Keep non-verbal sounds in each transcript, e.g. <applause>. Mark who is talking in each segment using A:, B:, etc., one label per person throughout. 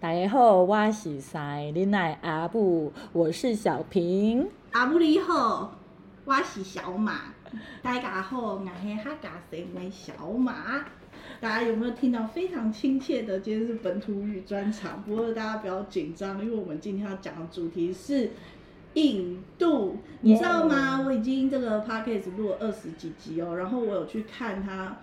A: 家好，我是赛恁奶阿布，我是小平。
B: 阿母你啊好，我是小马。大家好，我是哈嘎神为小马。大家有没有听到非常亲切的？今天是本土语专场，不过大家不要紧张，因为我们今天要讲的主题是印度，你知道吗？我已经这个 podcast 录了二十几集哦，然后我有去看它。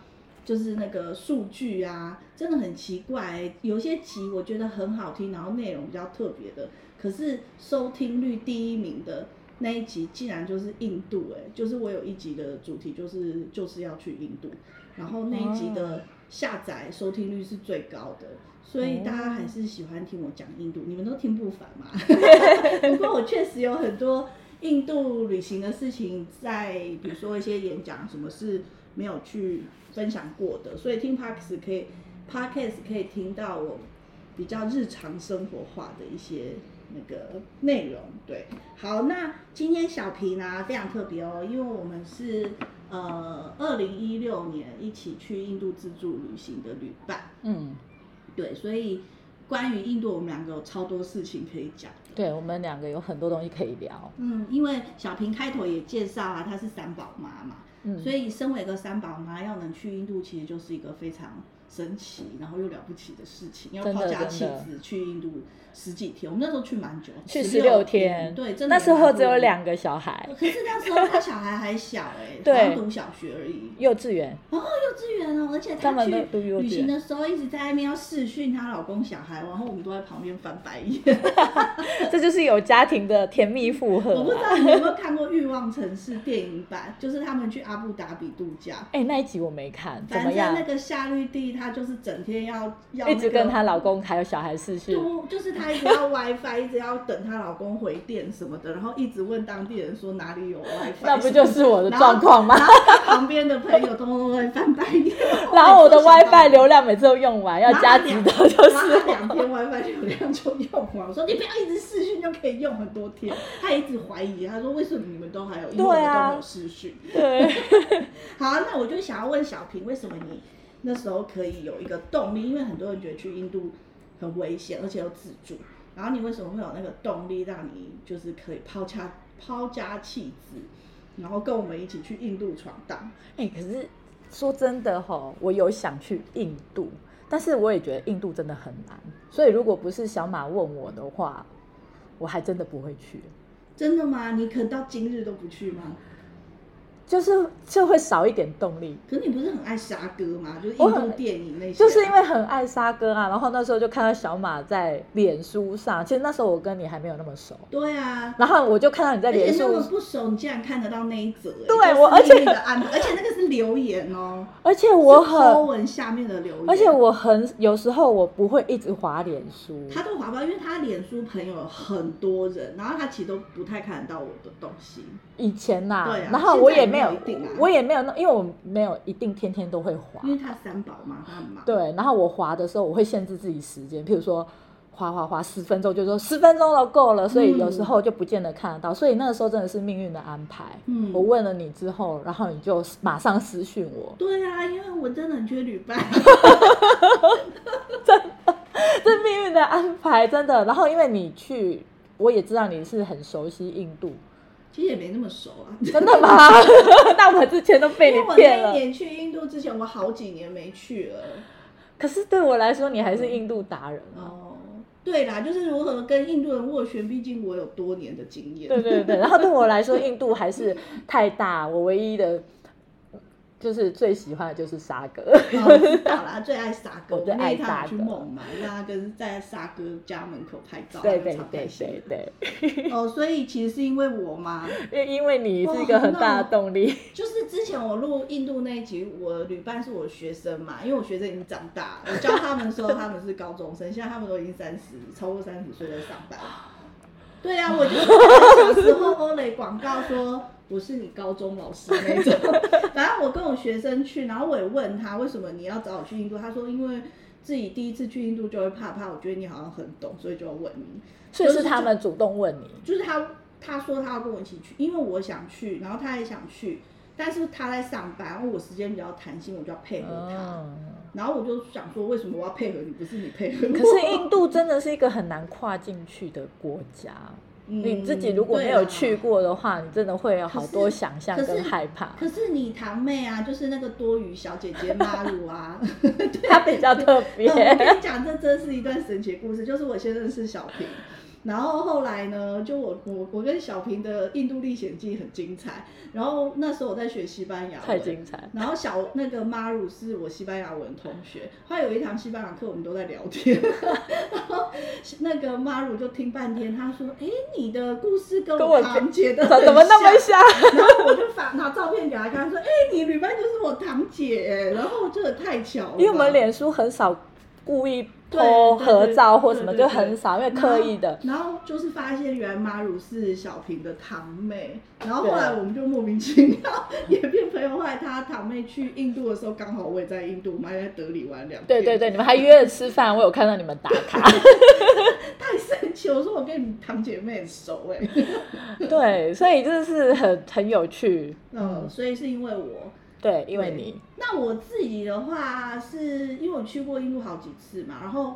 B: 就是那个数据啊，真的很奇怪、有些集我觉得很好听，然后内容比较特别的，可是收听率第一名的那一集竟然就是印度、哎，就是我有一集的主题就是就是要去印度，然后那一集的下载收听率是最高的，所以大家还是喜欢听我讲印度，你们都听不烦嘛。 <laughs> 不过我确实有很多印度旅行的事情在，比如说一些演讲，什么是没有去分享过的，所以听 Parks 可以 Parks 可以听到我比较日常生活化的一些那个内容。对，好，那今天小皮呢非常特别哦，因为我们是呃二零一六年一起去印度自助旅行的旅伴，
A: 嗯，
B: 对，所以关于印度我们两个有超多事情可以讲。
A: 对我们两个有很多东西可以聊。
B: 嗯，因为小平开头也介绍啊，她是三宝妈嘛，
A: 嗯，
B: 所以身为一个三宝妈，要能去印度，其实就是一个非常神奇，然后又了不起的事情。要
A: 真的
B: 抛家弃
A: 真的
B: 子去印度十几天，我们那时候去蛮久，
A: 去十
B: 16
A: 六天，
B: 对，真的
A: 那时候只有两
B: 个。
A: 个小孩，
B: 可是那时候他小孩还小哎、欸，
A: 对
B: 刚读小学而已，
A: 幼稚 <laughs> 园，
B: 幼稚园哦，而且
A: 他
B: 她
A: 们
B: 去
A: 都读幼稚园
B: 旅行的时候一直在那边要试训她老公小孩，然后我们都在旁边翻白眼。
A: 这就是有家庭的甜蜜负 <laughs> 荷
B: 我不知
A: 啊。
B: 道你有没有看过《欲望城市》电影版， <laughs> 就是他们去阿布达比度假。
A: 哎、那一集我没看，怎
B: 反
A: 么
B: 正
A: 样
B: 那？个夏绿蒂，她就是整天要要、那
A: 一直
B: 个
A: 跟她老公还有小孩试训，
B: 就就是她一直要 WiFi，一直要等她老公回电什么的，然后一直问当地人说哪里有 WiFi，
A: 那不就是我的
B: 然后
A: 状况吗。
B: 然？后她旁边的朋友通通都在翻白眼
A: <laughs> 然后我的
B: 每次都想到
A: WiFi 流量每次都用完，要加值的就
B: 然后
A: 是
B: 她两天 WiFi 流量就用完，我说你不要一直视讯就可以用很多天，她一直怀疑，她说为什么你们都还有，因为我
A: 对
B: 们
A: 啊
B: 都没有视讯。
A: <laughs> 对，
B: 好，那我就想要问小平，为什么你那时候可以有一个动力？因为很多人觉得去印度很危险，而且又自助。然后你为什么会有那个动力，让你就是可以抛家抛家弃子，然后跟我们一起去印度闯荡？
A: 哎、可是说真的哈、我有想去印度，但是我也觉得印度真的很难，所以如果不是小马问我的话，我还真的不会去，
B: 真的吗？你可能到今日都不去吗？
A: 就是就会少一点动力。
B: 可是你不是很爱沙哥吗？就是
A: 我
B: 印
A: 很
B: 度电影那些啊、
A: 就是因为很爱沙哥啊，然后那时候就看到小马在脸书上，其实那时候我跟你还没有那么熟，
B: 对啊，
A: 然后我就看到你在
B: 而且
A: 脸
B: 那么
A: 书，
B: 不熟，你竟然看得到那一则、
A: 对
B: 欸，就是
A: 我而且
B: 命运的安排，而且那个是留言哦、
A: 而且我
B: 是 po
A: 很，
B: 文下面的留言，
A: 而且我很有时候我不会一直滑脸书，
B: 他都划不到，因为他脸书朋友很多人，然后他其实都不太看得到我的东西。
A: 以前呐、
B: 对啊
A: 然后我也没有，
B: 现在也没有一定啊
A: 我也没有那，因为我没有一定天天都会滑
B: 因，为他三宝嘛，他很忙。
A: 对，然后我滑的时候我会限制自己时间，譬如说。滑滑滑，十分钟就说十分钟都够了，所
B: 嗯
A: 以有时候就不见得看得到，所以那个时候真的是命运的安排。
B: 嗯
A: 我问了你之后，然后你就马上私讯我， <laughs>
B: 对啊，因为我真的很缺旅伴。
A: 这命运的安排真的。然后因为你去，我也知道你是很熟悉印度，
B: 其实也没那么熟啊，
A: 真的
B: <laughs>
A: 吗？那我之前都被
B: 因为
A: 你
B: 我
A: 骗
B: 那一
A: 了。
B: 年去印度之前，我好几年没去了。
A: 可是对我来说，你还是印度达人啊。
B: 哦，对啦，就是如何跟印度人斡旋，毕竟我有多年的经验。
A: 对对对，然后对我来说，印度还是太大，我唯一的，就是最喜欢的就是沙
B: <laughs>
A: 哥。
B: <laughs> 哦我知道啦，最爱沙
A: <laughs>
B: 哥。
A: 我最
B: 那
A: 爱
B: 一趟
A: 沙
B: 我去
A: 哥
B: 孟买，让他跟在沙哥家门口拍照，
A: 对对
B: 超开
A: 对
B: 心
A: 对
B: 的
A: 对，
B: 哦，所以其实是因为我嘛，
A: 因因为你是一个很大的动力。
B: 就是之前我录印度那一集，我旅伴是我学生嘛，因为我学生已经长大，我教他们的时候他们是高中生，现在他们都已经三十，超过三十岁在上班。对啊，我就是小时候欧蕾广告说我是你高中老师那种，反正我跟我学生去，然后我也问他为什么你要找我去印度，他说因为自己第一次去印度就会怕怕，我觉得你好像很懂，所以就要问你。
A: 所以是他们主动问你，
B: 就是他他说他要跟我一起去，因为我想去，然后他也想去，但是他在上班，我时间比较弹性，我就要配合他。
A: 嗯，
B: 然后我就想说，为什么我要配合你？不是你配合我？
A: 可是印度真的是一个很难跨进去的国家，
B: 嗯
A: 你自己如果没有去过的话，你真的会有好多想象
B: 啊可是
A: 跟害怕。
B: 啊可是你堂妹啊，就是那个多余小姐姐妈乳
A: <laughs>
B: 啊，
A: 它比较
B: <laughs>
A: 特别，
B: 嗯我跟你讲，这真是一段神奇故事。就是我先认识小平，然后后来呢，就我我我跟小平的印度历险记很精彩。然后那时候我在学西班牙
A: <laughs> 太
B: 文，
A: 精彩了。
B: 然后小那个 Maru 是我西班牙文同学，后来有一堂西班牙课我们都在聊天， <laughs> 然后那个 Maru 就听半天，他说：“哎，你的故事跟
A: 跟
B: 我
A: 我
B: 堂姐
A: <laughs>
B: 的
A: 怎怎么那
B: 很像
A: 么像？
B: 然后我就发拿照片给他看，说：“哎、你女班就是我堂姐耶。”然后这个太巧了吧，
A: 因为我们脸书很少故意
B: 对
A: 偷
B: 对
A: 合
B: 对
A: 照或什么，
B: 对对
A: 就
B: 对
A: 很少，因为刻意
B: <laughs>
A: 的。
B: 然后。然后就是发现原来马鲁是小平的堂妹，然后后来
A: 啊
B: 我们就莫名其妙也变朋友。后来她堂妹去印度的时候，刚好我也在印度，我们还在德里玩两天。
A: 对对对，你们还约了吃饭，我有看到你们打卡。
B: 太神奇！我说我跟你堂姐妹很熟哎、
A: <laughs> 对，所以这是很很有趣。
B: <laughs> 嗯，所以是因为我。
A: 对，因为
B: 对
A: 你
B: 那我自己的话是，因为我去过印度好几次嘛，然后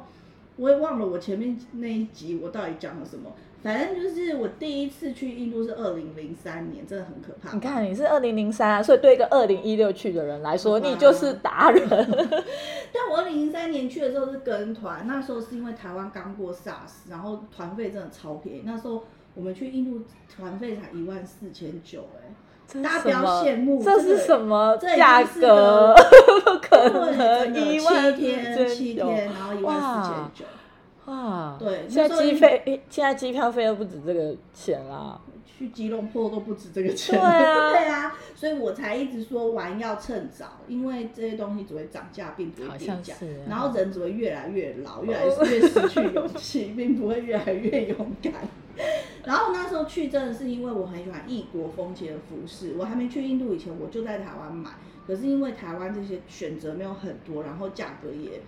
B: 我也忘了我前面那一集我到底讲了什么。反正就是我第一次去印度是二零零三年，真的很可怕。
A: 你看你是二零零三啊，所以对一个二零一六去的人来说，你就是达
B: <laughs>
A: 人。
B: 但我二零零三年去的时候是跟团，那时候是因为台湾刚过 SARS，然后团费真的超便宜。那时候我们去印度团费才一万四千九，哎，
A: 这
B: 大
A: 是
B: 家不
A: 什
B: 要
A: 么
B: 羡
A: <laughs>
B: 慕
A: 这
B: 这
A: 是
B: 个
A: 什么
B: 这已经
A: 价
B: 是
A: 格？ <laughs> 不可能，
B: 对
A: 一
B: 真的
A: 万
B: 七天七天，然后一万四千九。
A: 哇！
B: 对那
A: 现
B: 时
A: 在
B: 候
A: 机
B: 印
A: 费，现在机票费又不止这个钱啦。
B: 去吉隆坡都不止这个钱，
A: 对啊
B: <laughs> 对啊，所以我才一直说玩要趁早，因为这些东西只会涨价，并不会
A: 好
B: 跌
A: 像
B: 价，
A: 是啊哦
B: 然后人只会越来越老，越来越失去勇气，并不会越来越勇敢。然后那时候去真的是因为我很喜欢异国风情的服饰，我还没去印度以前我就在台湾买，可是因为台湾这些选择没有很多，然后价格也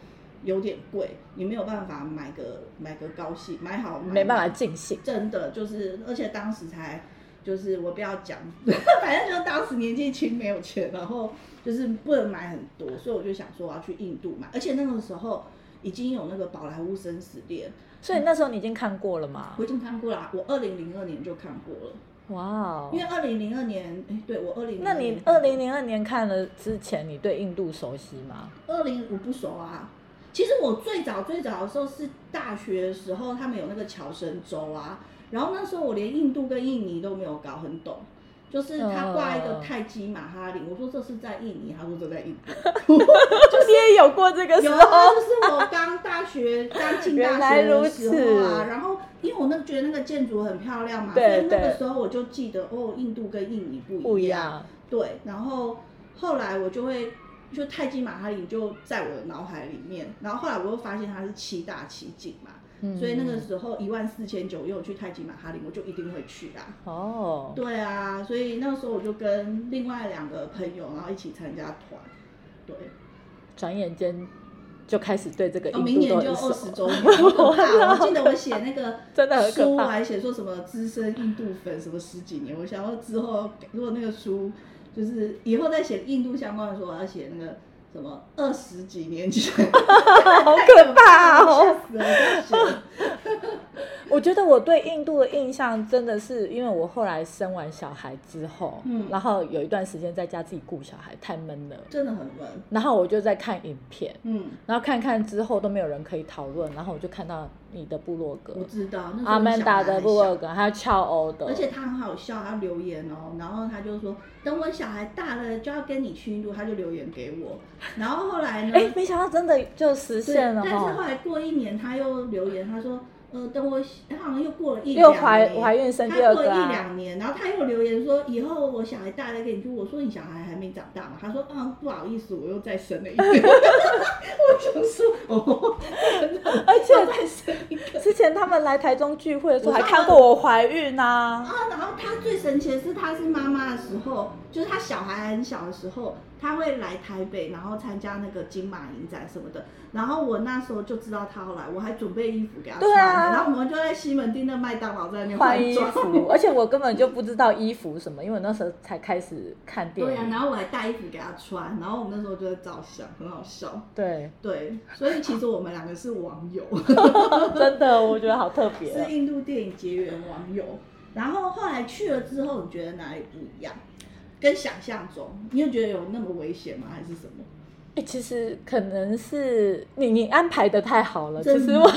B: 有点贵，你没有办法买个买个高兴，买好买
A: 没办
B: 满
A: 法尽兴。
B: 真的就是，而且当时才就是我不要讲， <laughs> 反正就当时年纪轻没有钱，然后就是不能买很多，所以我就想说我要去印度买，而且那个时候已经有那个宝莱坞生死恋，
A: 所以那时候你已经看过了嘛
B: 我？已经看过了，我二零零二年就看过了，
A: 哇哦
B: 因！为二零零二年，哎、对我二零，
A: 那你二零零二年看了之前，你对印度熟悉
B: <laughs>
A: 吗？
B: 二零我不熟啊。其实我最早最早的时候是大学的时候，他们有那个侨生周啊，然后那时候我连印度跟印尼都没有搞很懂，就是
A: 嗯
B: 他挂一个泰姬玛哈里，我说这是在印尼，他说这在印
A: <laughs>
B: 度，
A: 就是也有过这个时
B: 有啊，
A: 候，
B: 就是我刚大学刚进
A: 原
B: 大
A: 来
B: 学
A: 如
B: 的时
A: 此
B: 候啊，然后因为我那觉得那个建筑很漂亮嘛，所
A: 对
B: 以那个
A: 对
B: 时候我就记得哦，印度跟印尼
A: 不
B: 不
A: 一
B: 一样，
A: 样。
B: 对，然后后来我就会就泰姬玛哈里就在我的脑海里面，然后后来我又发现它是七大奇景嘛，
A: 嗯
B: 所以那个时候一万四千九又去泰姬玛哈里，我就一定会去啦。
A: 哦，
B: 对啊，所以那时候我就跟另外两个朋友，然后一起参加团。对，
A: 转眼间就开始对这个
B: 哦，
A: 印
B: 明
A: 度
B: 年
A: 都
B: 就
A: 很
B: 二十
A: 熟。<laughs>
B: 周年，好可怕！哦我记得我写那个
A: 真的很可
B: 书，
A: 怕
B: 我还写说什么资深印度粉什么十几年，我想要之后如果那个书就是以后再写印度相关的书，我要写那个什么二十几
A: <laughs>
B: 年前，
A: 好可怕哦！
B: 吓死了我在写！
A: 我觉得我对印度的印象真的是，因为我后来生完小孩之后，
B: 嗯
A: 然后有一段时间在家自己顾小孩，太闷了，
B: 真的很稳，
A: 然后我就在看影片，
B: 嗯，
A: 然后看看之后都没有人可以讨论，然后我就看到你的部落格
B: 我，知道那时候
A: 阿曼达
B: 小孩
A: 的
B: 还
A: 部落
B: 小
A: 格，还有俏欧的，
B: 而且他很好笑，他留言哦，然后他就说等我小孩大了就要跟你去印度，他就留言给我，然后后来呢？
A: 哎，没想到真的就实
B: 对，
A: 现了
B: 但是后
A: 哈，
B: 来过一年，他又留言，他说，呃，等我，他好像又过了一
A: 又
B: 两
A: 怀
B: 年
A: 怀孕生
B: 他
A: 第二
B: 过
A: 个
B: 一
A: 啊，
B: 两年，然后他又留言说，以后我小孩大了给你去。我说你小孩还没长大嘛？他说，啊，不好意思，我又再生了一个。 <laughs> 我想说，哦，
A: 而且
B: 又再生一个。
A: 之前他们来台中聚会的时候
B: 我
A: 还
B: 知道
A: 看过我怀孕啊，
B: <laughs> 啊，然后他最神奇的是，她是妈妈的时候，就是她小孩很小的时候，她会来台北，然后参加那个金马影展什么的。然后我那时候就知道她要来，我还准备衣服给她穿。
A: 对啊
B: 然后我们就在西门町的麦当劳在那边
A: 换衣
B: 装。啊
A: 服，而且我根本就不知道衣服什么，因为我那时候才开始看电
B: 对啊，
A: 影。
B: 然后我还带衣服给她穿，然后我们那时候就在照相，很好笑。
A: 对，
B: 对，所以其实我们两个是网友。
A: 真的，我觉得好特别哦。
B: 是印度电影结缘网友。然后后来去了之后，你觉得哪里不一样？跟想象中，你有觉得有那么危险吗？还是什么？
A: 哎、其实可能是你你安排的太好了，其
B: 真
A: 实
B: 的
A: 我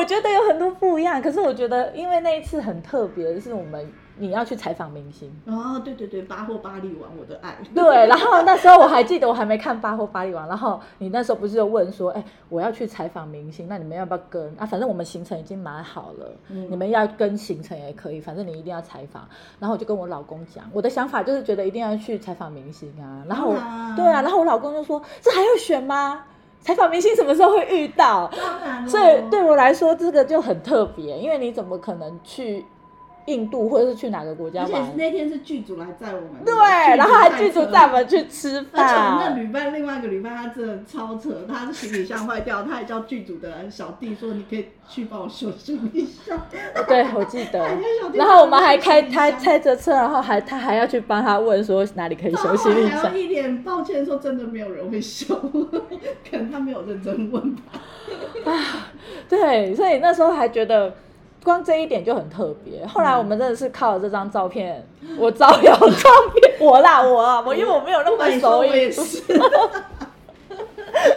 A: 我 <laughs> 觉得有很多不一样。可是我觉得，因为那一次很特别，是我们你要去采访明星。
B: 哦，对对对，巴霍巴利王，我的爱。
A: 对，然后那时候我还记得我还没看《巴霍巴利王》，然后你那时候不是就问说，哎、我要去采访明星，那你们要不要跟啊？反正我们行程已经蛮好了，
B: 嗯
A: 你们要跟行程也可以，反正你一定要采访。然后我就跟我老公讲，我的想法就是觉得一定要去采访明星啊。然后我
B: 当然啊
A: 对啊，然后我老公就说，这还要选吗？采访明星什么时候会遇到？
B: 当然咯
A: 所以对我来说，这个就很特别，因为你怎么可能去印度或者是去哪个国家
B: 而且是
A: 玩？
B: 那天是剧组来载我们的，
A: 对
B: 剧，组
A: 然后还
B: 载
A: 剧组
B: 车
A: 带我们啊去吃
B: <laughs> 而且我们那
A: 饭。
B: 旅伴另外一个旅伴他真的超扯，他的行李箱坏掉，他还叫剧组的小弟说：“你可以去帮我修行李箱。
A: <laughs> 对，我记得
B: 哎那小。弟
A: 然后我们还开
B: 帮我
A: 他
B: 修行李箱
A: 开着车，然后还他还要去帮他问说哪里可以”休息一
B: 然后
A: 下
B: 哦还要。一脸抱歉说：“真的没有人会修， <laughs> 可能他没有认真
A: <laughs>
B: 问吧。”
A: 对，所以那时候还觉得。光这一点就很特别。后来我们真的是靠了这张照片，
B: 嗯
A: 我招摇撞骗我啦，我啊我因为我没有那
B: 不
A: 么
B: 瞒你说，
A: 熟
B: 我也
A: <laughs> 也
B: 是。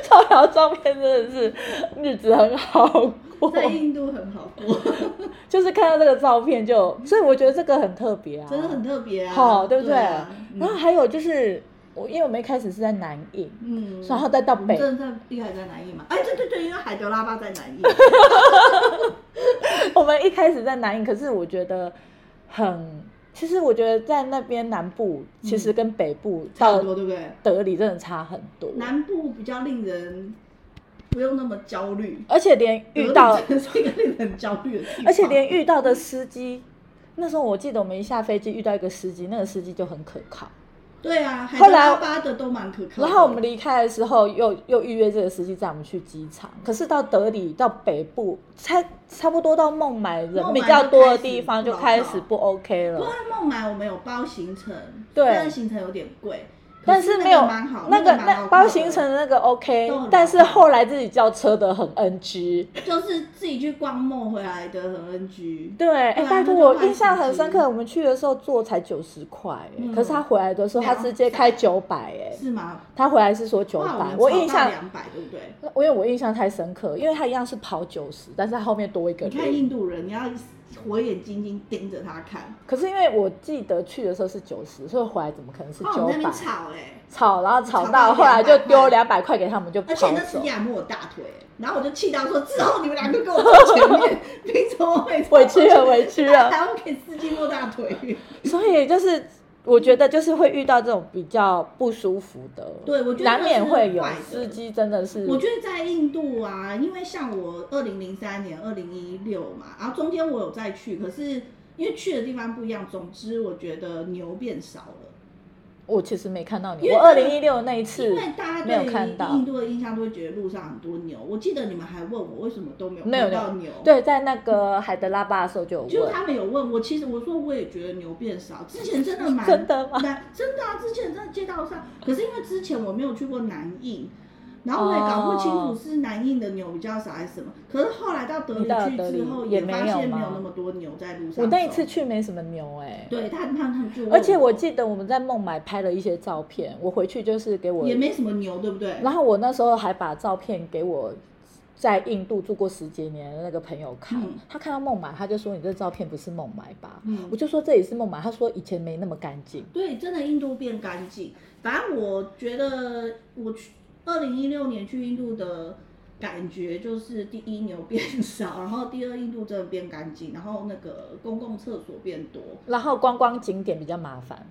A: 招摇撞骗真的是日子很好过，
B: 在印度很好过， <laughs>
A: 就是看到这个照片就，所以我觉得这个很特别啊，
B: 真的很特别啊，
A: 好、对不嗯对？
B: 啊
A: 然后还有就是我，因为我们一开始是在南印，
B: 嗯，
A: 然后再到北，
B: 真的在厉害在南印嘛？哎，对对对，因为海德拉巴在
A: <laughs>
B: 南印，
A: 我们一开始在南印，可是我觉得很，其实我觉得在那边南部其实跟北部
B: 嗯差
A: 到
B: 很多，对不对？
A: 德里真的差很多，
B: 南部比较令人不用那么焦虑，
A: 而且连遇到，
B: 德里真的 <laughs> 是一个令人焦虑的地方，
A: 而且连遇到的司机。那时候我记得我们一下飞机遇到一个司机，那个司机就很可靠。
B: 对啊，海
A: 后
B: 德
A: 来
B: 拉巴的都蛮可靠
A: 然
B: 的。
A: 后我们离开的时候又又预约这个司机载我们去机场，可是到德里到北部，差差不多到孟买人
B: 孟买
A: 比较多的
B: 就开始
A: 地方
B: 不
A: 就
B: 好
A: 开
B: 找
A: 始不 OK
B: 不
A: 了
B: 过。孟买我们有包行程，
A: 对
B: 但是行程有点贵，
A: 但
B: 是
A: 是
B: 那
A: 没有
B: 个蛮好，
A: 那个
B: 蛮好
A: 那
B: 看
A: 包
B: 的
A: 行程的那个 OK，
B: 都很
A: 但
B: 好
A: 是
B: 看
A: 后来自己叫车的很 NG。
B: 就是自己去逛梦回来的很 NG。
A: 对，哎、
B: 对啊
A: 拜
B: 那
A: 托，
B: 就
A: 我
B: 换
A: 印象
B: 司
A: 很深
B: 机
A: 刻，我们去的时候坐才九十块，哎、
B: 嗯
A: 可是他回来的时候他直接开九百，哎，
B: 是吗？
A: 他回来是说九
B: 哇
A: 百，我印象，
B: 两百，对不对？
A: 因为我印象太深刻，因为他一样是跑九十，但是他后面多一个
B: 你
A: 零。
B: 看印度人，你要火眼金睛盯着他看，
A: 可是因为我记得去的时候是九十，所以回来怎么可能是
B: 哇，
A: 九
B: 我们在那
A: 百、
B: 边吵哎、
A: 吵，然后吵
B: 吵
A: 到
B: 到
A: 后来就丢两
B: 200
A: 百块给他们就跑
B: 而且那司
A: 走
B: 机。还摸我大腿、然后我就气到说：“之后你们两个跟我坐前
A: <laughs>
B: 面，凭什么会
A: 委屈了，委屈
B: <laughs>
A: 了。
B: 还要给司机摸大腿？
A: 所以就是我觉得就是会遇到这种比较不舒服的，
B: 对我觉得
A: 难免会
B: 这
A: 有
B: 个是坏的
A: 司机真的是，
B: 我觉得在印度啊，因为像我二零零三年、二零一六嘛，然后中间我有再去，可是因为去的地方不一样，总之我觉得牛变少了。
A: 我其实没看到你，
B: 因为
A: 我二零一六那一
B: 因
A: 次
B: 为大家
A: 没有
B: 对
A: 看
B: 于
A: 到
B: 印。度的印象都会觉得路上很多牛。我记得你们还问我为什么都没有
A: 没有
B: 看到牛，，
A: 对，在那个海德拉巴的时候就有
B: 就是
A: 问，
B: 他们有问我，其实我说我也觉得牛
A: <laughs>
B: 变少，之前真的蛮
A: 真的吗？
B: 蛮真的啊，之前在街道上，可是因为之前我没有去过南印。然后我也搞不清
A: 哦
B: 楚是南印的牛比较少还是什么，可是后来到德
A: 你到
B: 里去
A: 德里
B: 之后，
A: 也
B: 也
A: 没
B: 发
A: 有
B: 现
A: 吗
B: 没有那么多牛在路上走。
A: 我那一次去没什么牛哎、
B: 对他他他们就问，
A: 而且我记得我们在孟买拍了一些照片，我回去就是给我
B: 也没什么牛，对不对？
A: 然后我那时候还把照片给我在印度住过十几年的那个朋友看，
B: 嗯
A: 他看到孟买，他就说你这照片不是孟买吧？
B: 嗯
A: 我就说这里是孟买，他说以前没那么干净。
B: 对，真的印度变干净。反正我觉得我去二零一六年去印度的感觉就是，第一牛变少，然后第二印度真的变干净，然后那个公共厕所变多。
A: 然后观光景点比较麻烦，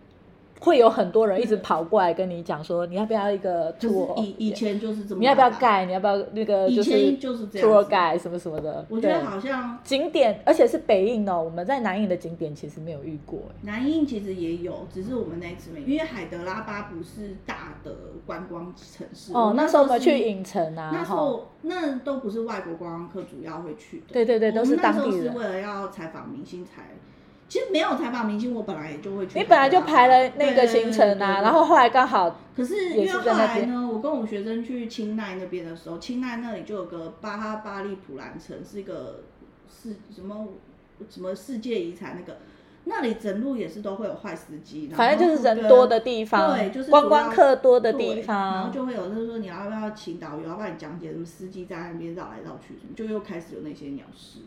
A: 会有很多人一直跑过来跟你讲说，你要不要一个
B: 就是
A: tour？
B: 以以前就是这么，
A: 你要不要？盖？你要不要那个
B: 以
A: 就
B: 前
A: 是
B: 就是这样
A: tour
B: 子
A: 盖什么什么的？
B: 我觉得
A: 对
B: 好像
A: 景点，而且是北印哦，我们在南印的景点其实没有遇过哎。
B: 南印其实也有，只是我们那一次没，因为海德拉巴不是大的观光城市。
A: 哦，那时候我们
B: 是
A: 去影城啊，
B: 那时
A: 哈
B: 候那都不是外国观光客主要会去的，
A: 对对对，都
B: 我
A: 是
B: 们那
A: 当
B: 时候
A: 地
B: 是
A: 人。
B: 为了要采访明星才，其实没有采访明星，我本来也就会去。啊
A: 你本来就排了那个行程
B: 对对对
A: 啊，
B: 对
A: 然后后来刚好
B: 可是因
A: 也
B: 为
A: 是
B: 后
A: 在那
B: 来
A: 边
B: 呢，我跟我学生去清奈那边的时候，清奈那里就有个巴哈巴利普兰城，是一个世什么什么世界遗产那个，那里整路也是都会有坏司机，然后
A: 反正就是人
B: 跟
A: 多的地方
B: 对，就是
A: 观
B: 主要
A: 光客多的地
B: 对
A: 方
B: 然后就会有就是说你要不要请导游，要不要你讲解什么司机在那边绕来绕去什么，就又开始有那些鸟事。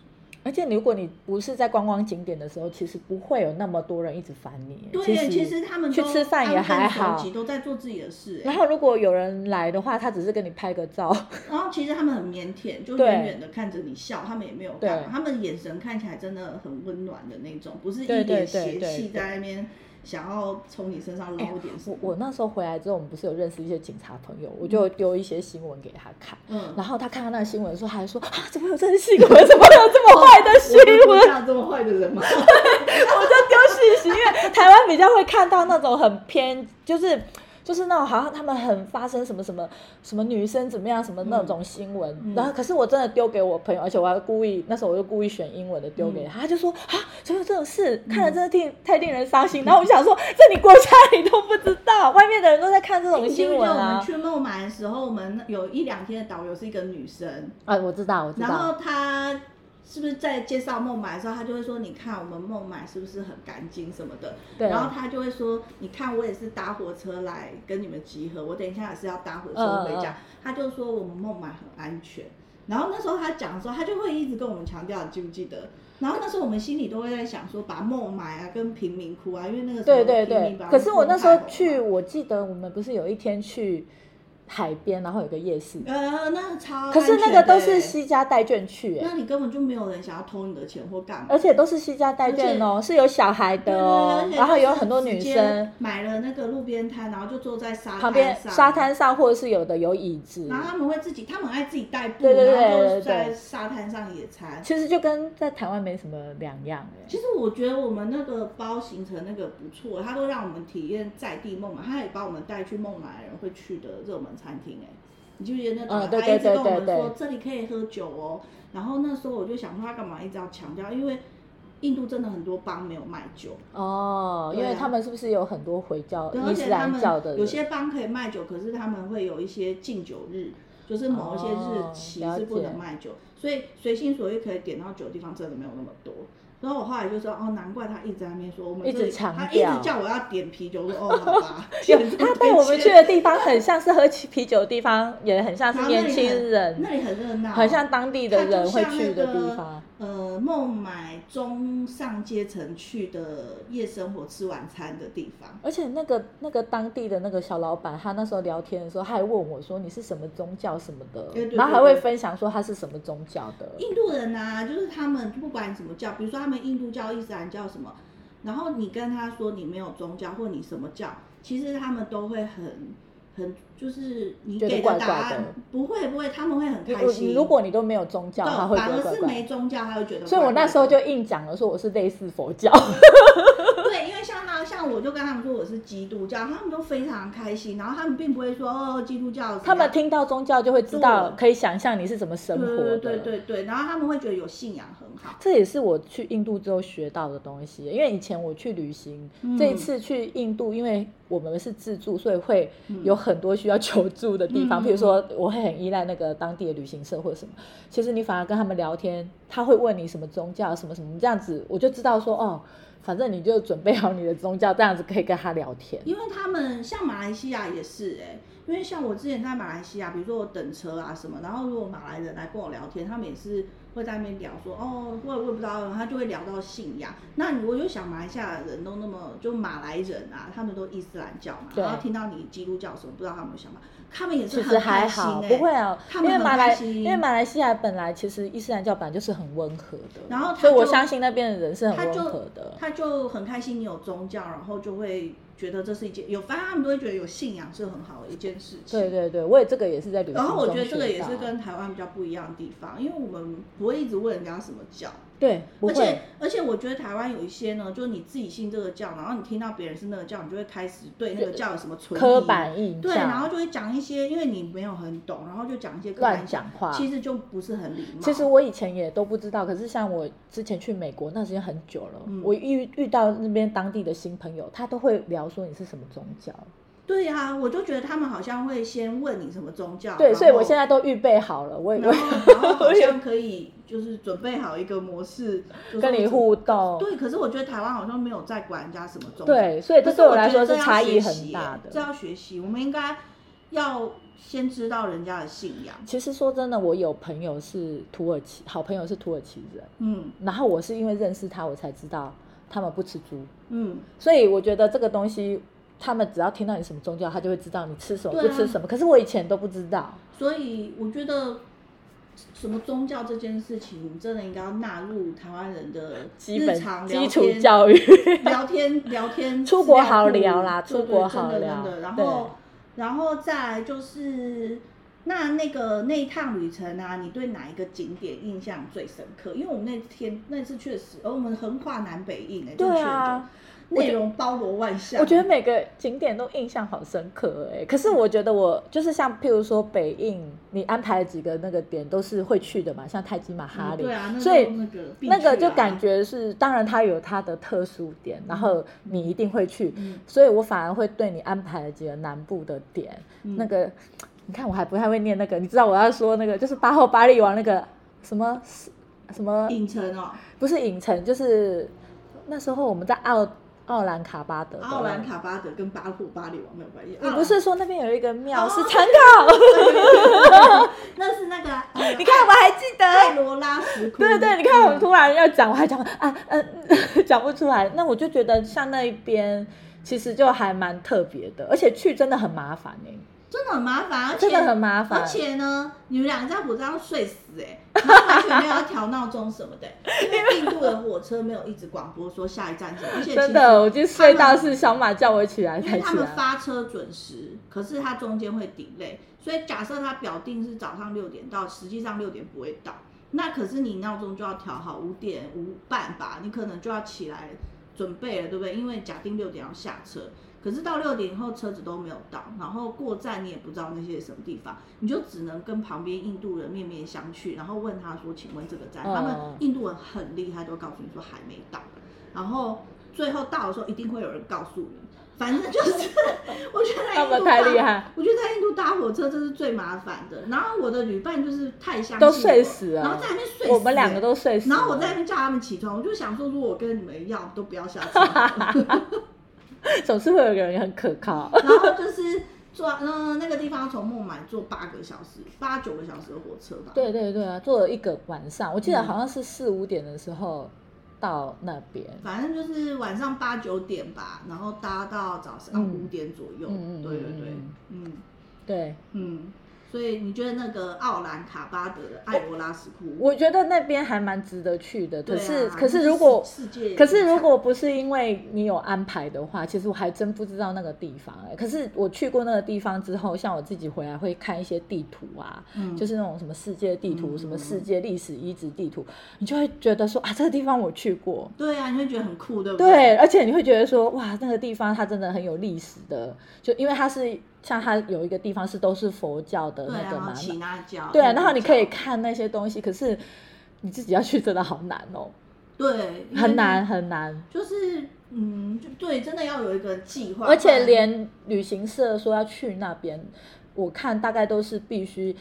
A: 而且如果你不是在观光景点的时候，其实不会有那么多人一直烦你。
B: 对，其实他们
A: 去
B: 都
A: 吃饭也
B: 安分
A: 还
B: 守
A: 好
B: 己都在做自己的事、欸
A: 然后如果有人来的话，他只是跟你拍个照， <laughs>
B: 然后其实他们很腼腆，就
A: 对
B: 远远的看着你笑，他们也没有干嘛
A: 对，
B: 他们眼神看起来真的很温暖的那种，不是一
A: 对对
B: 脸
A: 对
B: 邪
A: 对
B: 气
A: 对哎
B: 在那边想要从你身上捞点什
A: 我
B: 么。
A: 我那时候回来之后，我们不是有认识一些警察朋友，我就丢一些新闻给他看。
B: 嗯，
A: 然后他看到那个新闻的时候，他还说啊，怎么有这个新闻？ <laughs> 怎么有这么坏的新闻？
B: 遇到这么坏
A: <laughs>
B: 的人吗？
A: 我就丢信息，因为台湾比较会看到那种很偏，就是就是那种好像他们很发生什么什么什么女生怎么样什么那种新闻，
B: 嗯嗯
A: 然后可是我真的丢给我朋友，而且我还故意那时候我就故意选英文的丢给他，他就说啊，嗯怎么有这种事？看了真的令太令人伤心。然后我就想说，这你国家你都不知道，外面的人都在看这种
B: 你记不
A: 新
B: 记
A: 闻
B: 得我
A: <laughs>
B: 们
A: 啊。
B: 去孟买的时候，我们有一两天的导游是一个女生，
A: 啊，我知道，我知
B: 然
A: 道，
B: 后她是不是在介绍孟买的时候，她就会说：“你看我们孟买是不是很干净什么的？”
A: 对啊
B: 然后她就会说：“你看我也是搭火车来跟你们集合，我等一下也是要搭火车
A: 嗯
B: 回家。她就说：“我们孟买很安全。”然后那时候她讲的时候，她就会一直跟我们强调，你记不记得？然后那时候我们心里都会在想说，把孟买啊跟贫民窟啊，因为那个时候
A: 对对
B: 贫
A: 对
B: 民把。
A: 可是我那时
B: 它
A: 候
B: 们
A: 去，我记得我们不是有一天去海边，然后有个夜市，
B: 呃，那个超安
A: 可是那
B: 全嗯
A: 个
B: 的
A: 都
B: 欸
A: 是西家带眷去、欸，
B: 那你根本就没有人想要偷你的钱或干嘛，
A: 而且都是西家带眷哦，是有小孩的哦
B: 对对对而，且
A: 然后
B: 就是
A: 有很多女
B: 直接
A: 生
B: 买了那个路边摊，然后就坐在沙滩
A: 旁边
B: 上
A: 沙，滩上，或者是有的有椅子
B: 然，后他们会自己，他们爱自己代步，
A: 对对对
B: 然后
A: 对对
B: 就
A: 对
B: 在沙滩上野餐。
A: 其实就跟在台湾没什么两样
B: 其
A: 哎。
B: 实我觉得我们那个包行程那个不错，他都让我们体验在地孟买，他也把我们带去孟买人会去的热门餐厅哎、你记不记得那
A: 嗯对
B: 导游
A: 对
B: 他一直
A: 对
B: 跟我们
A: 对
B: 说这里可以喝酒哦，然后那时候我就想说他干嘛一直要强调，因为印度真的很多邦没有卖酒，
A: 哦，因
B: 对
A: 为
B: 啊
A: 他们是不是有很多回教
B: 对，
A: 伊
B: 而
A: 斯
B: 且他
A: 兰
B: 们
A: 教的
B: 有
A: 人？
B: 些邦可以卖酒，可是他们会有一些禁酒日，就是某一些
A: 哦
B: 日期
A: 了
B: 是不能
A: 解
B: 卖酒，所以随心所欲可以点到酒的地方真的没有那么多。然后我后来就说，哦，难怪他一直在那边说我们
A: 一
B: 这
A: 直
B: 里
A: 强
B: 他一
A: 调，
B: 直叫我要点啤酒，我说哦，好吧
A: <laughs> 有他带啊我们去的地方很像是喝啤啤酒的地方，也很像
B: 然
A: 是
B: 后
A: 年
B: 那里
A: 轻
B: 很
A: 人，
B: 那里很热闹，
A: 很像当地的
B: 它就
A: 人会
B: 像那
A: 去的地
B: 个
A: 方。
B: 呃，孟买中上阶层去的夜生活吃晚餐的地方。
A: 而且那个那个当地的那个小老板，他那时候聊天的时候，他还问我说你是什么宗教什么的，
B: 对对
A: 然后还
B: 对
A: 会
B: 对
A: 分享说他是什么宗教的。
B: 印度人啊，就是他们不管什么教，比如说他们印度教、伊斯兰教什么，然后你跟他说你没有宗教或你什么教，其实他们都会很很就是你
A: 觉得
B: 给
A: 怪
B: 的
A: 怪
B: 答案
A: 的
B: 不会不会，他们会很
A: 如
B: 开心。
A: 如果你都没有宗教，
B: 对
A: 他会觉
B: 反
A: 得
B: 而
A: 怪
B: 是
A: 怪
B: 没
A: 的。
B: 宗教，他会觉得怪怪
A: <laughs>
B: 的。
A: 所以我那时候就硬讲了，说我是类似佛教。 <laughs>
B: 对，因为像他像我就跟他们说我是基督教，他们都非常开心，然后他们并不会说哦基督教怎样，
A: 他们听到宗教就会知道，
B: 对
A: 可以想象你是怎么生活的。
B: 对对对对对，然后他们会觉得有信仰很好。
A: 这也是我去印度之后学到的东西，因为以前我去旅行，
B: 嗯
A: 这一次去印度，因为我们是自助，所以会
B: 嗯
A: 有很多需要求助的地方，
B: 嗯
A: 比如说我会很依赖那个当地的旅行社或者什么。其实你反而跟他们聊天，他会问你什么宗教什么什么，这样子我就知道说哦，反正你就准备好你的宗教，这样子可以跟他聊天。
B: 因为他们像马来西亚也是哎、因为像我之前在马来西亚，比如说我等车啊什么，然后如果马来人来跟我聊天，他们也是会在那边聊说哦，我也我也不知道，他就会聊到信仰。那你我就想马来西亚人都那么就马来人啊，他们都伊斯兰教嘛，
A: 对
B: 然后听到你基督教什么，不知道他们有想法，他们也是
A: 其实
B: 很
A: 还
B: 开心
A: 好，
B: 哎、
A: 不会啊，
B: 他
A: 因
B: 们
A: 为
B: 很
A: 马来
B: 开，心
A: 因为马来西亚本来其实伊斯兰教本来就是很温和的，
B: 然后他
A: 所以我
B: 就
A: 相信那边的人是很
B: 他
A: 温
B: 就
A: 和的。
B: 他就很开心你有宗教，然后就会觉得这是一件有，反正他们都会觉得有信仰是很好的一件事情。
A: 对对对，我也这个也是在旅行
B: 然
A: 中
B: 后我觉得这个也
A: 学
B: 是
A: 到
B: 跟台湾比较不一样的地方，因为我们不会一直问人家什么教，
A: 对，不
B: 而且
A: 会，
B: 而且我觉得台湾有一些呢，就是你自己信这个教，然后你听到别人是那个教，你就会开始对那个教有什么存疑
A: 刻板印象，
B: 对，然后就会讲一些，因为你没有很懂，然后就讲一些刻板
A: 乱
B: 印象
A: 讲话。
B: 其实就不是很礼貌。
A: 其实我以前也都不知道，可是像我之前去美国那时间很久了，
B: 嗯
A: 我遇遇到那边当地的新朋友，他都会聊说你是什么宗教。
B: 啊对呀、我就觉得他们好像会先问你什么宗教，
A: 对，
B: 然后
A: 所以我现在都预备好了，我也
B: 然
A: 我也
B: 后然后好像可以就是准备好一个模式，就是
A: 跟你互动。
B: 对，可是我觉得台湾好像没有在管人家什么宗教，
A: 哦对，所以这
B: 可是
A: 对
B: 我
A: 我来
B: 觉
A: 说
B: 得
A: 是
B: 这要
A: 差异
B: 学
A: 很
B: 习
A: 大
B: 耶
A: 的。
B: 这要学习，我们应该要先知道人家的信仰。
A: 其实说真的，我有朋友是土耳其，好朋友是土耳其人，
B: 嗯
A: 然后我是因为认识他，我才知道他们不吃猪，
B: 嗯，
A: 所以我觉得这个东西，他们只要听到你什么宗教，他就会知道你吃什么、
B: 对啊
A: 不吃什么。可是我以前都不知道，
B: 所以我觉得什么宗教这件事情，真的应该要纳入台湾人的
A: 基
B: 日
A: 本
B: 常聊
A: 基
B: 天
A: 础教育。
B: 聊天聊
A: <laughs>
B: 天，
A: 出国
B: 资料库
A: 好聊啦
B: 对对
A: 出国好
B: 真的
A: 聊
B: 真的。然
A: 对
B: 后，然后再来就是，那那个那一趟旅程啊，你对哪一个景点印象最深刻？因为我们那天那次确实，哦而我们横跨南北印哎、欸，真的
A: 对啊
B: 觉得内容包罗万象。
A: 我觉得每个景点都印象好深刻哎、可是我觉得我就是像譬如说北印，你安排了几个那个点都是会去的嘛，像泰姬玛哈
B: 嗯
A: 里，
B: 对啊，那
A: 所以
B: 就那个必
A: 那个
B: 去
A: 就
B: 啊
A: 感觉是，当然它有它的特殊点，然后你一定会去，
B: 嗯
A: 所以我反而会对你安排了几个南部的点，
B: 嗯
A: 那个你看我还不太会念那个，你知道我要说那个就是八号巴利王那个什么什么
B: 影城哦，
A: 不是影城，就是那时候我们在奥奥兰卡巴德的
B: 奥兰。卡巴德跟巴霍巴里王没有关系。
A: 你
B: 奥兰
A: 不是说那边有一个庙、
B: 哦
A: 是参考？
B: 那是那个啊、呃
A: <laughs> 你看我还记得，
B: <laughs> 泰罗拉石窟，
A: 对对，你看我突然要讲，我还讲啊呃讲不出来。那我就觉得像那一边其实就还蛮特别的，而且去真的很麻烦哎、
B: 真的很麻烦，而且
A: 真的很麻烦
B: 而且呢，你们两个在火车上睡死哎、然后完全没有要调闹钟什么的、因为印度的火车没有一直广播说下一站什么，而且其实
A: 真的，我就睡
B: 他
A: 到
B: 们
A: 是小马叫我起来
B: 因
A: 才
B: 为啊嗯他
A: 起
B: 们
A: 来。
B: 发车准时，可是它中间会 delay，所以假设它表定是早上六点到，实际上六点不会到，那可是你闹钟就要调好五点五半吧，你可能就要起来准备了，对不对？因为假定六点要下车，可是到六点以后车子都没有到，然后过站你也不知道那些什么地方，你就只能跟旁边印度人面面相觑，然后问他说：“请问这个站？”
A: 嗯
B: 他们印度人很厉害，都告诉你说还没到，然后最后到的时候一定会有人告诉你。反正就是， <laughs> 我觉得在
A: 他
B: 印
A: 们
B: 度
A: 太
B: 搭
A: 厉害，
B: 我觉得在印度搭火车这是最麻烦的。然后我的旅伴就是太相信
A: 都
B: 我
A: 睡死了
B: 然后在那边睡死、欸
A: 我们两个。都睡死了。
B: 然后我在那边叫他们起床，我就想说，如果我跟你们一样，都不要下 <laughs> 车好了。
A: <laughs> 总是会有一个人很可靠。
B: 然后就是坐，嗯、那个地方从孟买坐八个小时，八九个小时的火车吧。
A: <laughs> 对对对啊，坐了一个晚上，我记得
B: 嗯
A: 好像是四五点的时候到那边。
B: 反正就是晚上八九点吧，然后搭到早上
A: 嗯
B: 五点左右。
A: 嗯嗯
B: 对对
A: 嗯
B: 对
A: 嗯，
B: 嗯
A: 对，
B: 嗯。所以你觉得那个奥兰卡巴德的艾罗拉石窟，
A: 我觉得那边还蛮值得去的。
B: 对
A: 可
B: 啊
A: 是、
B: 就
A: 可是如果
B: 世世界遗
A: 可是如
B: 产
A: 果不是因为你有安排的话，其实我还真不知道那个地方、哎，可是我去过那个地方之后，像我自己回来会看一些地图啊，
B: 嗯
A: 就是那种什么世界地图、
B: 嗯
A: 什么世界历史遗址地图，你就会觉得说啊，这个地方我去过。
B: 对啊，你会觉得很酷，对不
A: 对，？而且你会觉得说，哇，那个地方它真的很有历史的，就因为它是像它有一个地方是都是佛教的
B: 对
A: 那
B: 啊，
A: 个
B: 然后
A: 嘛，
B: 起那教，
A: 对啊，
B: 那
A: 然后你
B: 个
A: 可以
B: 教
A: 看那些东西，可是你自己要去真的好难哦，
B: 对，因为
A: 很难，很难。
B: 就是嗯，就对，真的要有一个计划，
A: 而
B: 不
A: 且
B: 然
A: 连旅行社说要去那边，我看大概都是必须，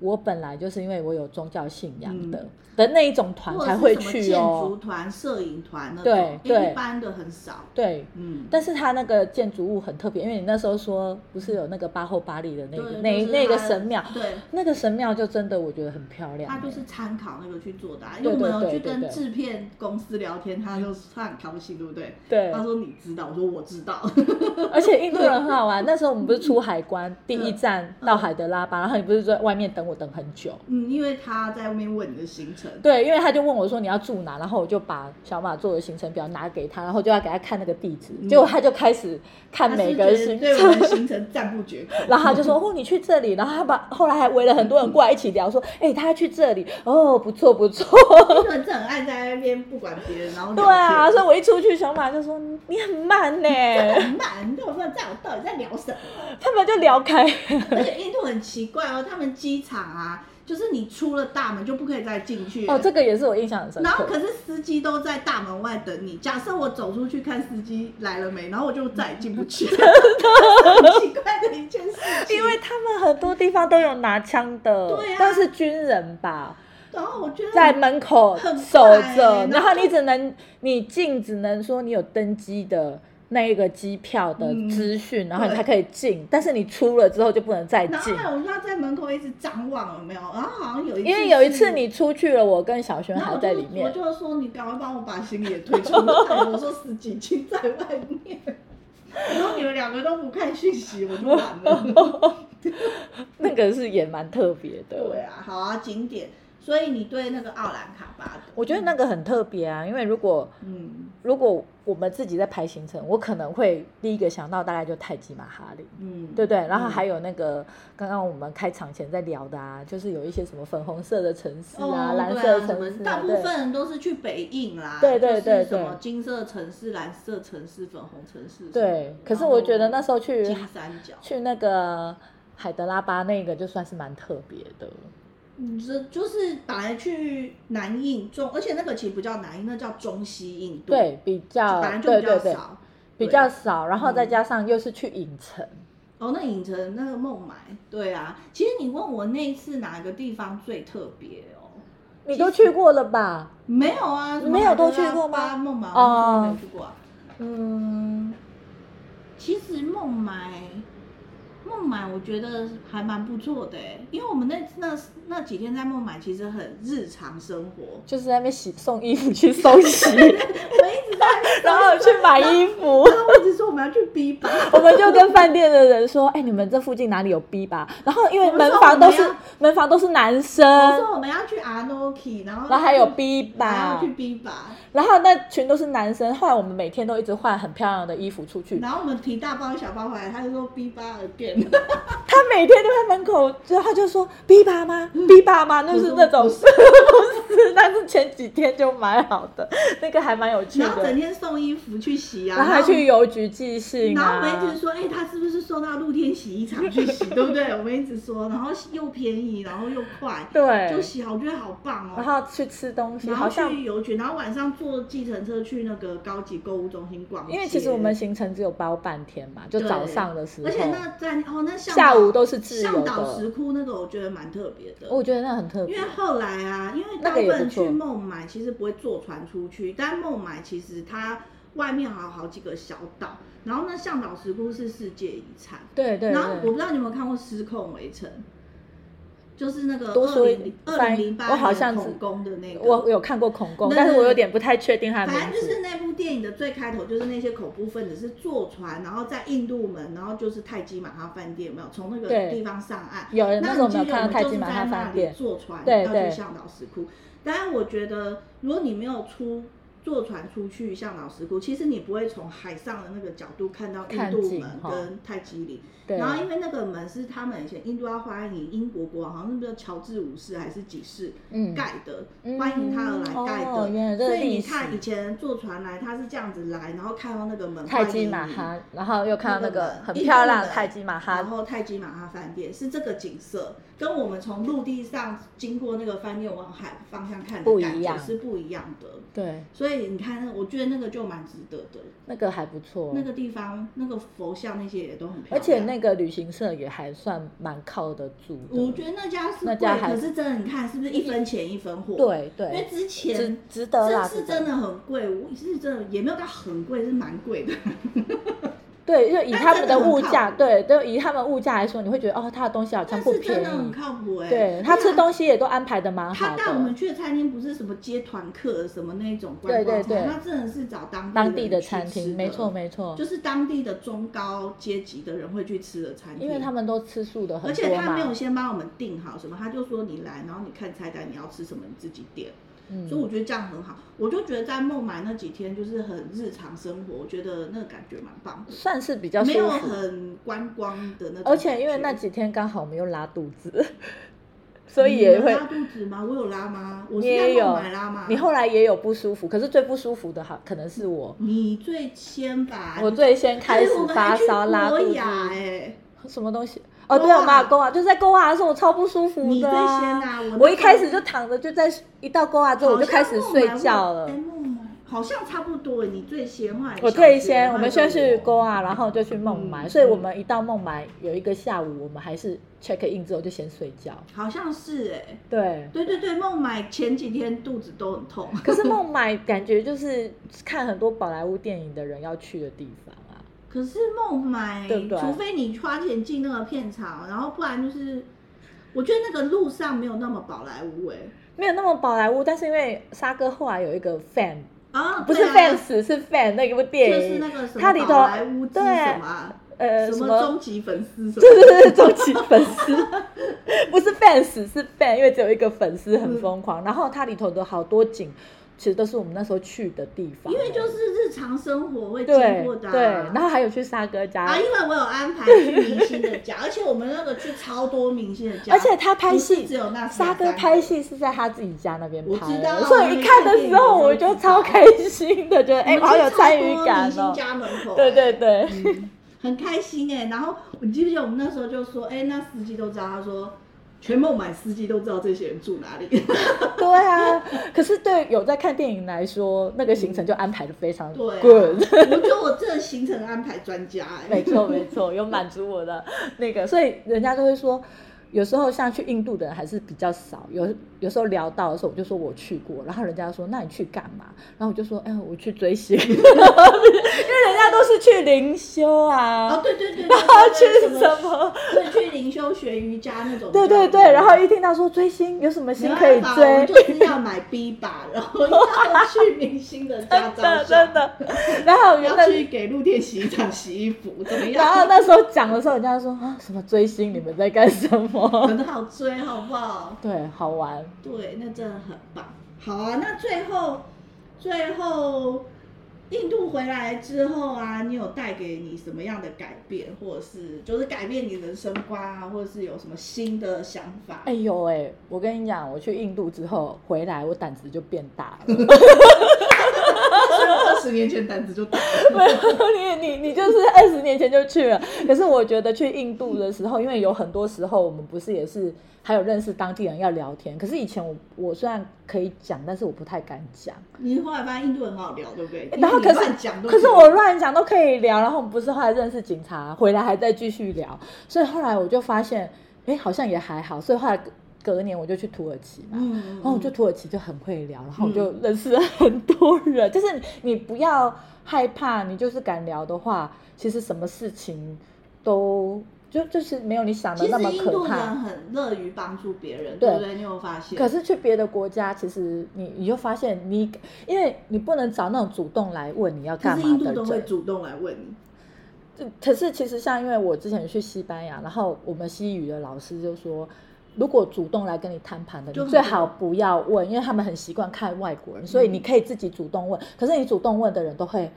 A: 我本来就是因为我有宗教信仰的、
B: 嗯
A: 的那一种团
B: 或者
A: 才
B: 是
A: 会
B: 什么
A: 去
B: 建筑
A: 哦。
B: 团、摄影团那
A: 对
B: 种，因为
A: 对
B: 一般的很少，
A: 对，
B: 嗯，
A: 但是它那个建筑物很特别，因为你那时候说不是有那个巴后巴利的那个
B: 对
A: 那
B: 就是
A: 那个
B: 它
A: 神庙，
B: 对。
A: 那个神庙就真的我觉得很漂亮欸、
B: 他就是参考那个去做的啊、因
A: 对
B: 为我
A: 对
B: 们
A: 对
B: 有去
A: 对
B: 跟
A: 对
B: 制片公司聊天，他就他很高兴，对不对？
A: 对，
B: 他说你知道，我说我知道， <laughs>
A: 而且印度人很好玩。那时候我们不是出海关，第一站到海德拉巴，然后你不是在外面等我等很久。
B: 嗯，因为他在外面问你的行程，
A: 对，因为他就问我说你要住哪，然后我就把小马做的行程表拿给他，然后就要给他看那个地址，
B: 嗯
A: 结果他就开始看
B: 他
A: 每
B: 是
A: 个
B: 觉得
A: 行
B: 对我
A: 程
B: 们。行程赞不绝口。
A: 然后他就说：“哦，你去这里。”然后他把后来还围了很多人过来一起聊，说：“哎、他去这里，哦，不错不错。
B: 英文真的很爱在那边不管别人，然后”聊
A: 对啊，
B: 天
A: 所以我一出去，小马就说：“你你很慢
B: <laughs>
A: 呢、
B: 很慢，你根本不知道在我到底在聊
A: <laughs>
B: 什么。
A: 他们就聊开。
B: 而且印度很奇怪哦，他们机场啊，就是你出了大门就不可以再进去。
A: 哦，这个也是我印象很深
B: 然后
A: 刻。
B: 可是司机都在大门外等你。假设我走出去看司机来了没，然后我就再也进不去
A: <laughs>
B: 了，很奇怪的一件事情。
A: 因为他们很多地方都有拿枪的，
B: 对啊
A: 但是军人吧，
B: 然后我觉得
A: 在门口
B: 很快
A: 守着，
B: 欸
A: 然
B: 然
A: 后
B: 后
A: 你只能你进，只能说你有登机的那一个机票的
B: 嗯
A: 资讯，然后你
B: 对
A: 才可以进，但是你出了之后就不能再
B: 然
A: 进
B: 后。还有我就要在门口一直张望，有没有？然后好像有一次
A: 因为有一次
B: 是
A: 你出去了，我跟小轩
B: 然后
A: 还
B: 我
A: 在
B: 就
A: 里面
B: 我，就说你赶快帮我把行李也推出来。我说司机已经在外面，然后你们两个都不看讯息，我就完
A: <laughs>
B: 了。
A: 那个是也蛮特别的。
B: 对啊，好啊，景点。所以你对那个奥兰卡巴的，
A: 我觉得那个很特别啊，因为如果
B: 嗯
A: 如果我们自己在排行程，我可能会第一个想到大概就泰姬玛哈林。
B: 嗯，
A: 对不对，然后还有那个、刚刚我们开场前在聊的啊，就是有一些什么粉红色的城市啊、
B: 哦，
A: 蓝
B: 对
A: 色
B: 啊
A: 城
B: 什么
A: 市、啊，
B: 大部
A: 对
B: 分人都是去北印啦，
A: 对对
B: 就是
A: 对
B: 什么
A: 对
B: 金色城市、蓝色城市、粉红城市什么的，
A: 对。可是我觉得那时候去
B: 然后金三角，
A: 去那个海德拉巴那个就算是蛮特别的，
B: 嗯，这就是本来去南印中，而且那个其实不叫南印，那叫中西印度，
A: 对，，比较
B: 本来就
A: 对
B: 比较
A: 对对，
B: 少，
A: 比
B: 对
A: 较少，然后再
B: 嗯
A: 加上又是去影城，
B: 哦，那影城那个孟买，对啊，其实你问我那一次哪个地方最特别哦？
A: 你都去过了吧？
B: 没有啊，什么
A: 没有都去
B: 海德拉
A: 过吗
B: 巴孟买
A: 哦
B: 我没有去过啊。
A: 嗯，，
B: 其实孟买，孟买我觉得还蛮不错的欸，因为我们那那那几天在孟买其实很日常生活
A: 就是在那边洗送衣服去 <laughs> 收洗，
B: 我们一直在，
A: <laughs> 然后去买衣服。
B: 然后我一直说我们要去 B
A: <laughs>
B: 吧，
A: 我们就跟饭店的人说：“哎、你们这附近哪里有 B 吧？”然后因为
B: 我们
A: 门
B: 说
A: 房
B: 我们
A: 都是
B: 要哦
A: 门房都是男
B: 我
A: 生，
B: 说我们要去 Anoki，然后
A: 嗯然后还有 B
B: 然
A: 吧
B: 后，去 B 吧，
A: 然后那群都是男生。后来我们每天都一直换很漂亮的衣服出去。
B: 然后我们提大包小包回来，他就说 B 吧
A: <laughs>
B: again。
A: 他每天都在门口，就他就说 B 吧吗？B
B: 嗯
A: 吧吗？那是那种 <laughs> 不是，但是前几天就买好的， <laughs> 那个还蛮有趣
B: 然后整
A: 的。
B: 天送衣服去洗啊，
A: 然后还去邮局寄信
B: 然后
A: 啊
B: 我，们一直说，哎、他是不是送到露天洗衣厂去洗，对不对？我们一直说，然后又便宜，然后又快，
A: <laughs>
B: 就
A: 对，
B: 洗好，我觉得好棒
A: 然
B: 哦。
A: 后去吃东西，
B: 然
A: 好
B: 后
A: 像
B: 去邮局，然后晚上坐计程车去那个高级购物中心逛街。
A: 因为其实我们行程只有包半天嘛，就
B: 对
A: 早上的时候，
B: 而且那在哦那向
A: 下
B: 导
A: 午都是自由
B: 向导
A: 的。
B: 石窟那个，我觉得蛮特别的。
A: 哦我觉得那很特
B: 因
A: 别
B: 为，后来啊，因为
A: 那
B: 大
A: 个也
B: 部
A: 不
B: 分人
A: 错
B: 去孟买其实不会坐船出去，但孟买其实它外面还有好几个小岛，然后呢，向导石窟是世界遗产。
A: 对对
B: 然后我
A: 对
B: 不。知道你有没有看过《失控围城》，就是那个
A: 多
B: 二
A: 说一
B: 零二
A: 翻
B: 零零八
A: 我好像
B: 恐
A: 只
B: 攻的那个，
A: 我有看过恐攻，
B: 那
A: 但是
B: 是
A: 我有点不太确定它的名
B: 反正就
A: 字
B: 是。那部电影的最开头，就是那些恐怖分子是坐船，然后在印度门，然后就是泰姬玛哈饭店有没有从那
A: 对
B: 个地方上岸，
A: 有人
B: 那
A: 那时
B: 你
A: 候
B: 记
A: 没
B: 得
A: 有
B: 我
A: 看
B: 们
A: 到泰
B: 就
A: 姬
B: 是
A: 玛哈
B: 在那
A: 饭
B: 里
A: 店，
B: 坐船
A: 对
B: 要
A: 对
B: 去向导石窟。当然，我觉得如果你没有出坐船出去向导石窟，其实你不会从海上的那个角度看到印
A: 看
B: 度
A: 景
B: 门
A: 哈
B: 跟泰姬陵。
A: 对
B: 然后因为那个门是他们以前印度要欢迎英国国王，好像是不是乔治五世还是几世、
A: 嗯
B: 盖的，
A: 嗯
B: 欢迎他而来盖的。
A: 哦原来这个
B: 所以
A: 历
B: 你
A: 史
B: 看以前坐船来，他是这样子来，然后看到那个门，
A: 泰姬玛
B: 欢迎你
A: 哈，然后又看到那个
B: 门
A: 很
B: 印度
A: 漂亮的
B: 门
A: 泰姬玛
B: 然
A: 哈，
B: 后泰姬玛哈饭店是这个景色，跟我们从陆地上经过那个饭店往海方向看
A: 不
B: 的
A: 一
B: 感觉
A: 样
B: 是不一样的。
A: 对，
B: 所以你看那，我觉得那个就蛮值得的。
A: 那个还不错
B: 那。个地方，那个佛像那些也都很漂亮。
A: 而且那个旅行社也还算蛮靠得住
B: 我
A: 的，
B: 觉得那家是
A: 那
B: 贵，
A: 家还
B: 可是真的，你看是不是一分钱一分货？，
A: 对
B: 因为
A: 对，
B: 之
A: 值
B: 前
A: 值得
B: 这
A: 啦，
B: 次真
A: 的。
B: 的很贵，我是真的也没有到很贵，是蛮贵的。
A: 对，就以他们的
B: 但真的很
A: 物价，
B: 靠谱
A: 对，就以他们物价来说，你会觉得哦，他的东西好像
B: 但
A: 不
B: 是
A: 便
B: 真的很
A: 宜。
B: 靠谱哎、
A: 对他吃
B: 西。
A: 东西也都安排的蛮
B: 他
A: 好的。
B: 带我们去的餐厅不是什么接团客什么那种观光
A: 对对
B: 餐，
A: 对
B: 他真的是找当
A: 当
B: 地
A: 地
B: 人
A: 的
B: 去
A: 餐
B: 吃
A: 厅，
B: 的
A: 没错没错，
B: 就是当地的中高阶级的人会去吃的餐厅，
A: 因为他们都吃素的
B: 而
A: 很
B: 且
A: 多
B: 他没有
A: 嘛。
B: 先帮我们定好什么，他就说你来，然后你看菜单你要吃什么你自己点，所以
A: 嗯，
B: 我觉得这样很好。我就觉得在孟买那几天就是很日常生活，我觉得那个感觉蛮棒的，
A: 算是比较
B: 没
A: 舒
B: 有
A: 服。
B: 很观光的那种感觉。
A: 而且因为那几天刚好我们又拉肚子， <laughs> 所以也
B: 你
A: 会
B: 有拉肚子吗？我有拉吗？我
A: 你
B: 是在
A: 也
B: 孟
A: 有
B: 买拉吗？，
A: 你后来也有不舒服，可是最不舒服的哈，可能是我，
B: 你最先哎吧，
A: 我最先开始发烧拉肚
B: 哎、我们还去博雅
A: 子，
B: 欸
A: 什么东西？哦，
B: 勾
A: 对，我
B: 啊
A: 们有勾啊，就在勾啊的时候我超不舒服的、
B: 你最先啊我那
A: 我一
B: 时
A: 开
B: 候
A: 始就躺着，就在一到勾啊之后我就开始睡觉了
B: 哎。木马好像差不多，欸你最先换。
A: 我最先，我们先去勾
B: 勾
A: 啊，然后就去孟买，
B: 嗯
A: 所以我们一到孟买有一个下午，我们还是 check in 之后就先睡觉。
B: 好像是哎、
A: 对，
B: 对对对，孟买前几天肚子都很痛。
A: 可是孟买感觉就是看很多宝莱坞电影的人要去的地方啊。
B: 可是孟买，
A: 对不对
B: 除非你花钱进那个片场，然后不然就是，我觉得那个路上没有那么宝莱坞哎、
A: 没有那么宝莱坞，但是因为沙哥后来有一个 fan，
B: 啊，
A: 不是
B: 对啊
A: fans、是 fan 那一部电
B: 就
A: 影，
B: 是那个什
A: 它里
B: 么
A: 头
B: 宝莱坞之
A: 对
B: 什么啊、
A: 呃
B: 什
A: 什
B: 么
A: 么
B: 终极粉丝什么，
A: 对对对，终极粉丝，不是 fans 是 fan，因为只有一个粉丝很疯狂。然后它里头的好多景，其实都是我们那时候去的地方，
B: 因为就是日常生活会经
A: 对
B: 过的、啊
A: 对，然后还有去沙哥家，
B: 啊，因为我有安排去明星的
A: <laughs>
B: 家，而且我们那个去超多明星的家，
A: 而且他拍
B: 不
A: 戏
B: 是只有那
A: 沙哥
B: 三个
A: 拍，戏是在他自己家那边
B: 我
A: 拍
B: 知道
A: 的，所以一看的时候我就超开心的，觉得哎、
B: 我们
A: 好有
B: 去超
A: 参与
B: 多
A: 感
B: 明星
A: 哦。
B: 家门口，
A: 对对对，
B: 嗯， <laughs> 很开心哎、然后你记不记得我们那时候就说，哎、那司机都知道，他说全孟买司机都知道这些人住哪里， <laughs>
A: 对啊。可是对有在看电影来说，那个行程就安排的非常
B: 对、啊，
A: good。
B: 我觉得我这个行程安排专家哎、
A: <laughs> 没错，没错，有满足我的那个，所以人家就会说，有时候像去印度的人还是比较少，有有时候聊到的时候，我就说我去过，然后人家说那你去干嘛？然后我就说，哎，我去追星，因 <laughs> 为人家都是去灵修
B: 哦
A: 啊，
B: 对对对
A: <laughs>
B: 对，
A: 然后去
B: 对
A: 什？么？
B: 对，去灵修学瑜伽那种比较多，
A: 对对对，然后一听到说追星有什么星可以
B: 没办法我
A: 追
B: 们，就是要买 B 吧，然后要去明星的家
A: <laughs> 真
B: 照相
A: 的真的。然后原
B: 要
A: 来
B: 去给露天洗衣厂洗衣服，怎么
A: 然后
B: 样？
A: 那时候讲的时候，人家说啊什么追星，你们在干什么？ <laughs>
B: 很好追，好不好？
A: 对，好玩。
B: 对，那真的很棒。好啊，那最后最后印度回来之后啊，你有带给你什么样的改变，或者是就是改变你人生观啊，或者是有什么新的想法？
A: 哎呦哎、我跟你讲，我去印度之后回来，我胆子就变大了。 <laughs>
B: 二十年前胆子就大了，
A: 没有你你你就是二十年前就去了，可是我觉得去印度的时候，因为有很多时候我们不是也是还有认识当地人要聊天，可是以前我我虽然可以讲，但是我不太敢讲。
B: <laughs> 你后来发现印度很好聊，对不对？
A: 哎然后可
B: 哎你乱
A: 是
B: 讲都
A: 可是
B: 以
A: 我乱讲都可以聊，然后我们不是后来认识警察，回来还在继续聊，所以后来我就发现，哎，好像也还好，所以后来隔隔年我就去土耳其嘛，
B: 嗯，嗯
A: 然哦后我就土耳其就很会聊，然后我就认识了很多人。就是你不要害怕，你就是敢聊的话，其实什么事情都就就是没有你想的
B: 其
A: 那
B: 实
A: 么
B: 印
A: 可
B: 度
A: 怕
B: 人。很乐于帮助别人，
A: 对
B: 对不对？你有发现？
A: 可是去别的国家，其实你你就发现你，因为你不能找那种主动来问你要
B: 可
A: 干
B: 是
A: 嘛
B: 印
A: 的
B: 度都会
A: 人。
B: 主动来问你，
A: 这可是其实像因为我之前去西班牙，然后我们西语的老师就说，如果主动来跟你摊盘的，
B: 就
A: 你
B: 很
A: 最好不要问，因为他们很习惯看外国人，所以
B: 嗯
A: 你可以自己主动问。可是你主动问的人都会。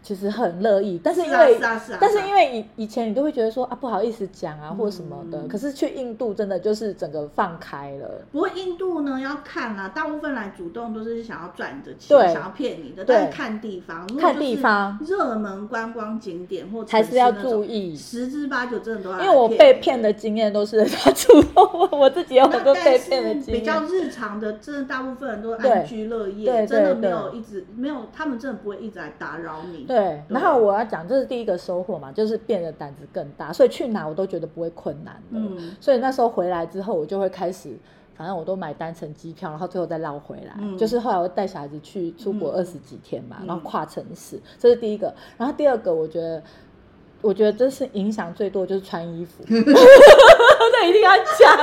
A: 其实很乐意，但是因
B: 啊
A: 为，
B: 是啊是啊
A: 但是
B: 是啊
A: 因为以以前你都会觉得说啊不好意思讲啊或者什么的，
B: 嗯
A: 可是去印度真的就是整个放开了，
B: 不过印度呢要看啊，大部分来主动都是想要赚你的钱，
A: 对
B: 想要骗你的，
A: 对
B: 但是看地方，如果
A: 看地方
B: 就是热门观光景点或
A: 还是要
B: 城市那
A: 注
B: 种，
A: 意，
B: 十之八九真啊的都要
A: 因为我
B: 来
A: 被
B: 你
A: 骗的经验都是 <laughs> 人家主动问，我自己有
B: 那
A: 很多被
B: 但
A: 骗的
B: 是
A: 经验。
B: 比较日常的，真的大部分人都
A: 对
B: 安居乐业，
A: 对
B: 真的
A: 对
B: 没
A: 对
B: 有一直没有，他们真的不会一直来打扰你。
A: 对，然后我要讲，这是第一个收获嘛，就是变得胆子更大，所以去哪我都觉得不会困难的。
B: 嗯
A: 所以那时候回来之后，我就会开始，反正我都买单程机票，然后最后再绕回来。
B: 嗯
A: 就是后来我带小孩子去出国
B: 嗯
A: 二十几天嘛，
B: 嗯
A: 然后跨城市，这是第一个。然后第二个，我觉得我觉得这是影响最多就是穿衣
B: <laughs>
A: 服，这一定要讲，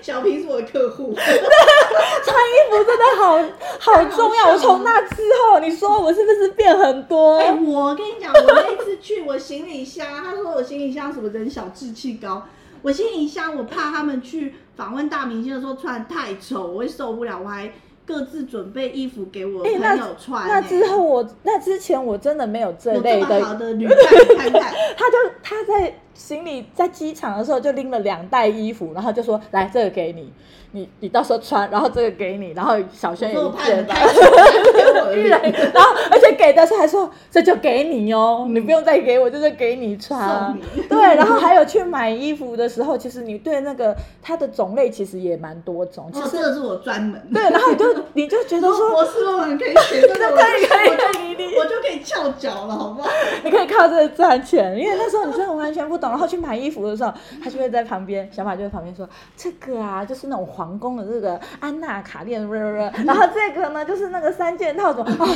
B: 小平是我的客户，
A: 穿衣服真的好好重要。我从那之后，你说我是不是变很多？
B: 哎、我跟你讲，我那次去我行李箱，他说我行李箱什么人小志气高，我行李箱我怕他们去访问大明星的时候穿得太丑，我会受不了，我还各自准备衣服给我
A: 哎那
B: 朋友穿、
A: 那之后我那之前我真的没有这
B: 有这
A: 类
B: 么好
A: 的，
B: 的旅伴看看，
A: 他就他在行李在机场的时候就拎了两袋衣服，然后就说来这个给你，你你到时候穿，然后这个给你，然后小轩也
B: 我
A: 一
B: 怕你
A: 件吧
B: 太丑，给我的
A: 居
B: 脸 <laughs>
A: 然，然后而且给的时候还说这就给你哦，你不用再给我，这就给你穿啊
B: 送。你
A: 对，然后还有去买衣服的时候，其实你对那个它的种类其实也蛮多种，其
B: 哦，
A: 实、
B: 这个是我专门的。
A: 对，然后你就你就觉得
B: 如果
A: 说，
B: 博士论文可以写这个，我
A: 可以可以
B: 我就
A: 可以一定
B: 我就可以翘脚了，好不好？
A: 你可以靠这个赚钱，因为那时候你真的完全不懂，然后去买衣服的时候，他就会在旁边，小马就在旁边说这个啊，就是那种皇宫的这个安娜卡
B: <laughs>
A: 列，然后这个呢就是那个三件套装，哦，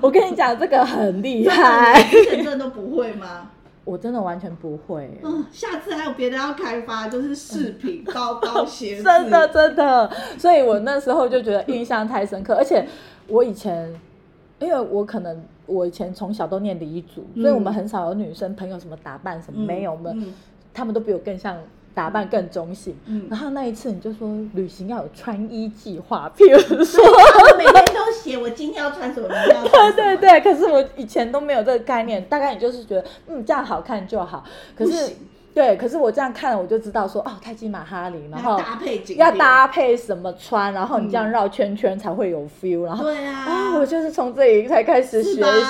A: 我跟你讲这个很厉害，
B: 之前真的不会吗？
A: 我真的完全不会。
B: 嗯，下次还有别的要开发，就是饰品、包包、鞋子。
A: 真的，真的，所以我那时候就觉得印象太深刻，而且我以前，因为我可能我以前从小都念理组，所以我们
B: 嗯
A: 很少有女生朋友什么打扮什么，
B: 嗯
A: 没有，我们、
B: 嗯
A: 他们都比我更像打扮更中性。
B: 嗯
A: 然，后那一次你就说旅行要有穿衣计划，譬如
B: <laughs>
A: 说，
B: 我每天都写我今天要穿什么，明天要穿
A: 对
B: 什
A: 对
B: 么。
A: 对，可是我以前都没有这个概念，大概你就是觉得嗯这样好看就好，可
B: 不
A: 是
B: 行。
A: 对，可是我这样看了，我就知道说，哦，泰姬玛哈里，然
B: 然
A: 后
B: 后搭配景点
A: 要。搭配什么穿，然后你这样
B: 嗯
A: 绕圈圈才会有 feel，然后
B: 对啊，
A: 啊，我就是从这里才开始
B: 是
A: 学
B: 吧？这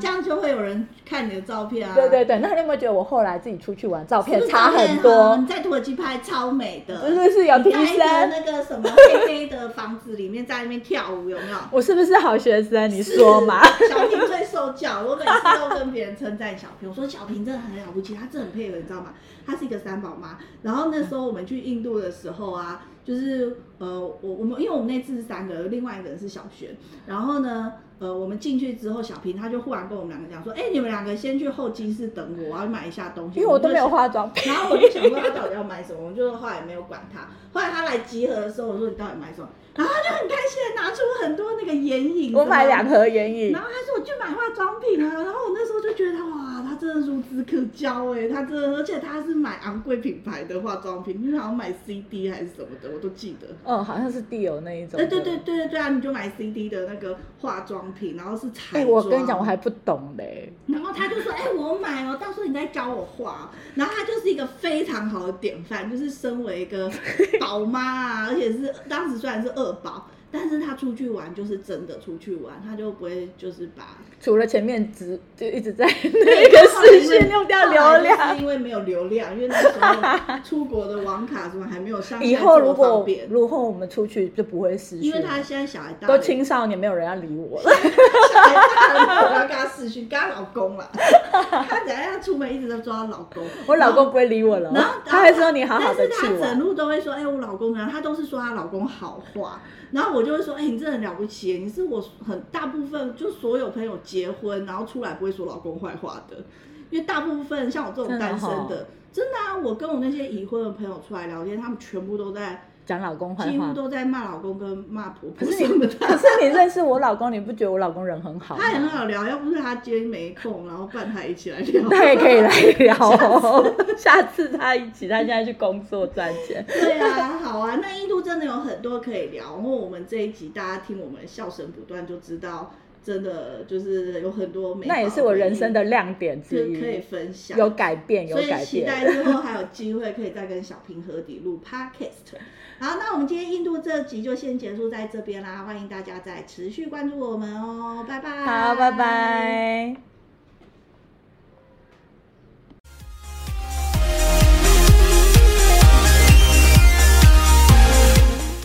A: 习。
B: 样就会有人看你的照片啊。
A: 对对对，那你有没有觉得我后来自己出去玩，照
B: 是
A: 片
B: 不是
A: 差
B: 照片
A: 很多
B: 你？在土耳其拍超美的，
A: 是不是有
B: 你
A: 提
B: 在一个
A: 升
B: 那个什么黑黑的房子里面，在那边跳舞，有没有？
A: 我是不是好学生？你说嘛？
B: 是 <laughs> 小平最受教，我每次都跟别人称赞小平，我说小平真的很了不起，他真的很配合，你知道吗？她是一个三宝妈。然后那时候我们去印度的时候啊，就是呃，我我们因为我们那次是三个，另外一个人是小璇。然后呢，呃，我们进去之后，小平他就忽然跟我们两个讲说：“哎、你们两个先去候机室等我，我要买一下东西。”
A: 因为我都
B: 们
A: 没
B: 就
A: 有化妆品
B: <laughs> 然。后我就想说他到底要买什么，我就后来也没有管他。后来他来集合的时候，我说你到底买什么？然后他就很开心的拿出很多那个眼影，
A: 我买两。盒眼影
B: 然，后他说我去买化妆品啊，然后我那时候就觉得他哇，他真的孺子可教哎、他真的，而且他是买昂贵品牌的化妆品，你好像买 CD 还是什么的，我都记得。
A: 嗯，好像是 Dior 那一种。
B: 对对对。对对对啊！你就买 CD 的那个化妆品，然后是彩
A: 哎，
B: 妆。
A: 我跟你讲，我还不懂嘞。
B: 然后他就说：“哎、我买哦，到时候你再教我画。”然后他就是一个非常好的典范，就是身为一个宝妈啊，而且是当时虽然是二宝，但是他出去玩就是真的出去玩，他就不会就是把
A: 除了前面只就一直在那个视讯用掉流
B: 后来
A: 量
B: 就，是因为没有流量，因为那时候出国的网卡什么还没有上，
A: 以后如
B: 现在这么
A: 果
B: 方便
A: 如果我们出去就不会视讯，
B: 因为他现在小孩大了
A: 都青少年，没有人要理我了。 <laughs>
B: 小孩大了，我要跟他视讯，跟她老公了，他等下要出门一直在抓她老公，
A: 我老公不会理我了，哦
B: 然后
A: 他还说你好好的
B: 但是
A: 去
B: 她整
A: 玩。
B: 路都会说，哎、我老公怎样？她都是说她老公好话，然后我就会说，哎、你真的很了不起耶，你是我很大部分就所有朋友结婚然后出来不会说老公坏话的，因为大部分像我这种单
A: 真
B: 身
A: 的哦
B: 的，真的啊，我跟我那些已婚的朋友出来聊天，他们全部都在
A: 讲老公坏
B: 几乎
A: 话，
B: 都在骂老公跟骂婆婆
A: 可
B: 什
A: 是你，
B: 么的。
A: 可是你认识我老公，你不觉得我老公人很好吗？
B: 他也很好聊，要不是他今天没空，然后伴他一起来
A: <laughs>
B: 聊，
A: 他也可以来聊哦。 <laughs> 下次他一起，他现在去工作赚钱。
B: 对啊，好啊，那印度真的有很多可以聊。然后我们这一集大家听我们笑声不断，就知道真的就是有很多美好的
A: 那也是我人生的亮点
B: 回
A: 之
B: 忆可可以
A: 一，
B: 分享，
A: 有改变，有
B: 所以
A: 改
B: 期
A: 变。
B: 待之后还有机会可以再跟小平合体录 podcast。好，那我们今天印度这集就先结束在这边啦，欢迎大家再持续关注我们哦，拜拜。
A: 好，拜。拜。